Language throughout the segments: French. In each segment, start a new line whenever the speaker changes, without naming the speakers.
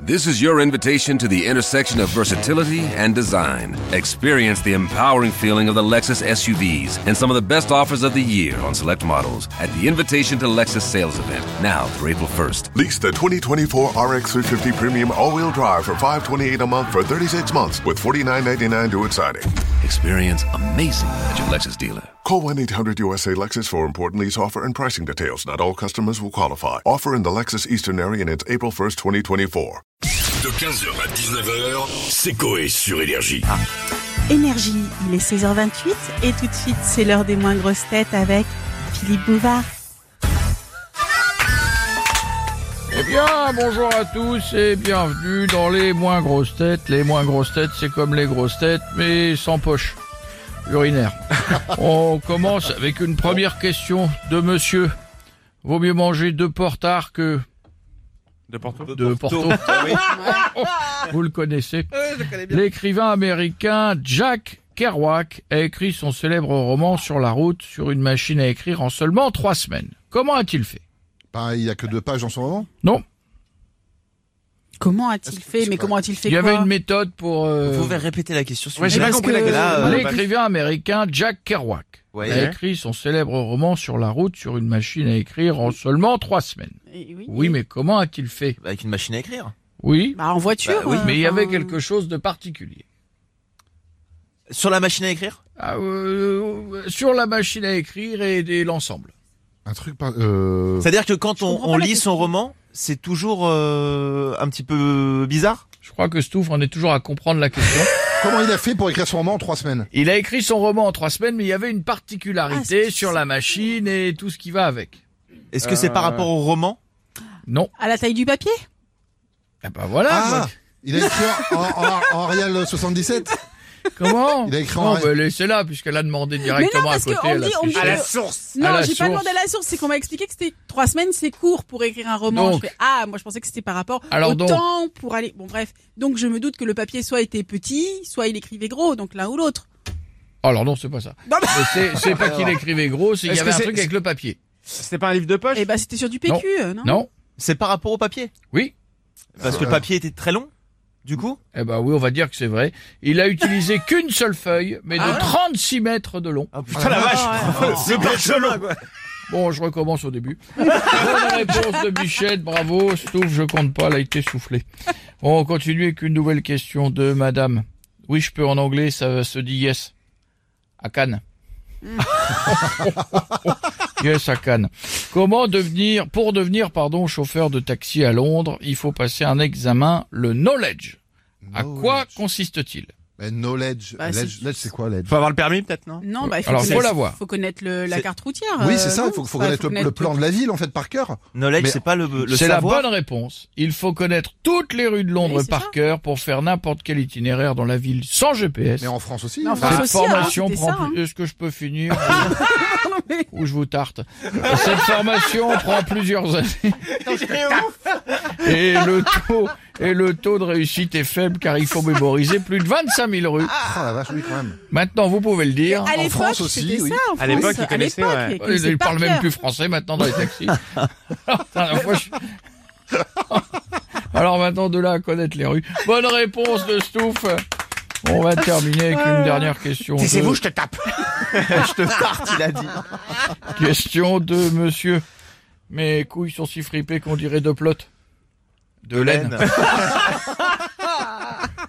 This is your invitation to the intersection of versatility and design. Experience the empowering feeling of the Lexus SUVs and some of the best offers of the year on select models at the Invitation to Lexus sales event now through April 1st.
Lease the 2024 RX 350 Premium All-Wheel Drive for 528 a month for 36 months with 49.99 due at signing.
Experience amazing at your Lexus dealer.
Call 1-800-USA-LEXUS for important lease offer and pricing details. Not all customers will qualify. Offer in the Lexus Eastern area and it's April 1st, 2024.
De 15h à 19h, c'est Coé sur Énergie.
Énergie, il est 16h28 et tout de suite c'est l'heure des moins grosses têtes avec Philippe Bouvard.
Eh bien, bonjour à tous et bienvenue dans les moins grosses têtes. Les moins grosses têtes, c'est comme les grosses têtes, mais sans poche urinaire. On commence avec une première question de monsieur. Vaut mieux manger deux portards que
De Porto.
deux portos. Vous le connaissez. L'écrivain américain Jack Kerouac a écrit son célèbre roman Sur la route sur une machine à écrire en seulement trois semaines. Comment a-t-il fait
Pareil, il y a que deux pages en ce moment.
Non,
Comment a-t-il fait Mais comment a-t-il fait
il y avait
quoi
une méthode pour... euh,
Vous pouvez répéter la question. s'il
Ouais,
vous
j'ai
plaît.
pas compris la question.
Là, euh, bah,
L'écrivain américain Jack Kerouac
Ouais.
a écrit son célèbre roman Sur la route sur une machine à écrire en seulement trois semaines.
Eh
Oui, mais comment a-t-il fait
Avec une machine à écrire.
Oui,
Bah, en voiture.
Bah oui,
euh,
mais il y avait
enfin,
quelque chose de particulier.
Sur la machine à écrire
Ah, euh, sur la machine à écrire et, et l'ensemble.
Un truc par... Euh...
C'est-à-dire que quand on,
comprends
on
pas la
lit son roman, c'est toujours euh, un petit peu bizarre
Je crois que Stouff en est toujours à comprendre la question.
Comment il a fait pour écrire son roman en trois semaines
Il a écrit son roman en trois semaines, mais il y avait une
Ah, c'est-
particularité sur la machine et tout ce qui va avec.
Est-ce que c'est par rapport au roman
Non.
À la taille du papier
Ah bah voilà.
Ah
quoi.
Il a écrit en, en, en Arial 77
Comment
Il a écrit en
Non,
ré-
bah, laissez-la puisqu'elle a demandé directement à
parce que euh,
côté.
on
elle a
dit- on
fait
dit-
chier.
À la
source
À
Non,
la
j'ai pas
source.
demandé la source. C'est qu'on m'a expliqué que c'était trois semaines, c'est court pour écrire un roman.
Donc.
Je fais, ah, moi je pensais que c'était par rapport
Alors
au
donc.
temps pour aller. Bon bref, donc je me doute que le papier soit était petit, soit il écrivait gros, donc l'un ou l'autre.
Alors non, c'est pas ça.
Non, mais-
Mais c'est- C'est pas qu'il écrivait gros, c'est qu'il y
Est-ce
avait
que
un
c'est-
truc avec le papier.
C'était pas un livre de poche
Et bah c'était sur du PQ, euh,
Hein
non,
Non
C'est par rapport au papier
Oui
Parce que le papier était très long, du coup
Eh ben oui, on va dire que c'est vrai. Il a utilisé qu'une seule feuille, mais de 36 mètres de long.
Ah putain Ah, la vache C'est Barcelone
Bon, je recommence au début. Bonne réponse de Bichette, bravo. Stouff, je compte pas, elle a été soufflée. Bon, on continue avec une nouvelle question de madame. Oui, je peux en anglais, ça se dit yes. À Cannes. yes, à Cannes. Comment devenir, pour devenir, pardon, chauffeur de taxi à Londres, il faut passer un examen, le knowledge. À quoi consiste-t-il?
Ben, Knowledge.
Bah,
ledge,
c'est-
ledge, c'est quoi, ledge
Faut avoir le permis peut-être, non
Non, bah il faut
Alors, faut
connaître-
l'avoir.
Faut connaître le- la
C'est-
carte routière.
Oui,
euh,
c'est ça,
non
il faut, faut
Enfin,
connaître le, le plan de la ville, en fait, par cœur.
Knowledge,
Mais-
c'est pas le, le
C'est la
savoir.
bonne réponse. Il faut connaître toutes les rues de Londres
Oui, c'est
par
ça.
cœur pour faire n'importe quel itinéraire dans la ville sans GPS.
Mais en France aussi.
Mais en
hein.
France-
Cette
aussi, hein,
formation
c'était
prend
ça, hein.
plus... Est-ce que je peux finir Ou je vous tarte. Cette formation prend plusieurs années. Et le taux, et le taux de réussite est faible car il faut mémoriser plus de 25 000 rues.
Ah la vache, oui, quand même.
Maintenant, vous pouvez le dire.
À
En
l'époque,
France aussi,
c'était
oui.
ça. En
À l'époque,
France,
ils
à
connaissaient,
l'époque,
ouais.
ils
Ils
connaissaient
ne
par
parlent même
cœur.
plus français maintenant dans les taxis. Alors, dernière fois, je- Alors maintenant, de là à connaître les rues. Bonne réponse de Stouff. On va terminer avec une dernière question. de-
je te tape
Je te parte, il a dit.
Question de monsieur. Mes couilles sont si fripées qu'on dirait deux plottes. De laine.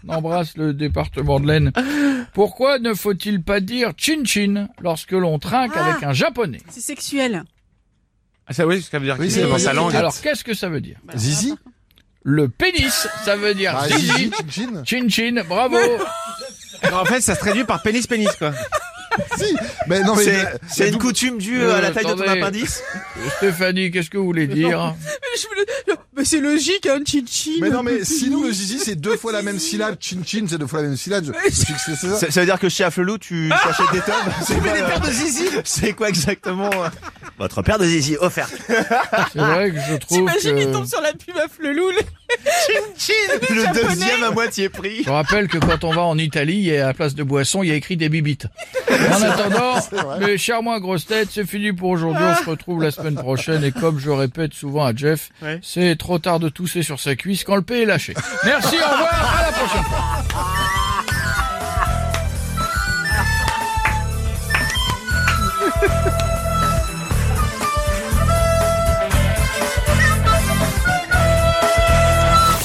On embrasse le département de laine. Pourquoi ne faut-il pas dire chin-chin lorsque l'on trinque
Ah.
avec un japonais
C'est sexuel.
Ah ça oui, c'est ce que veut dire
Oui,
qu'il
c'est
est dans
la
sa
langue.
Languette.
Alors, qu'est-ce que ça veut dire
Bah,
Zizi
Le pénis, ça veut dire
Ah,
zizi.
Zizi, Chin-Chin
Chin chin, bravo.
En fait, ça se traduit par pénis-pénis quoi.
Si Mais non, mais...
C'est c'est une coutume due euh, à la taille de ton
Attendez.
appendice
Stéphanie, qu'est-ce que vous voulez dire
Mais, je me le- mais c'est logique, un chin-chin.
Mais non, mais sinon, le zizi, c'est deux fois la même syllabe. Chin-Chin, c'est deux fois la même syllabe. Je- je suis que c'est ça.
ça, ça veut dire que chez Afflelou, tu tu achètes des tomes Ah C'est quoi, euh,
de zizi
c'est quoi exactement euh, Votre paire de zizi offerte.
C'est vrai que je trouve
T'imagines, il tombe
que
sur la pub à Fleloul.
Chin
le deuxième à moitié prix.
Je rappelle que quand on va en Italie, et à la place de boisson, il y a écrit des bibites. En attendant, mes chers moins grosses têtes, c'est fini pour aujourd'hui. On se retrouve la semaine prochaine. Et comme je répète souvent à Jeff,
Ouais.
c'est trop tard de tousser sur sa cuisse quand le P est lâché. Merci, au revoir, à la prochaine.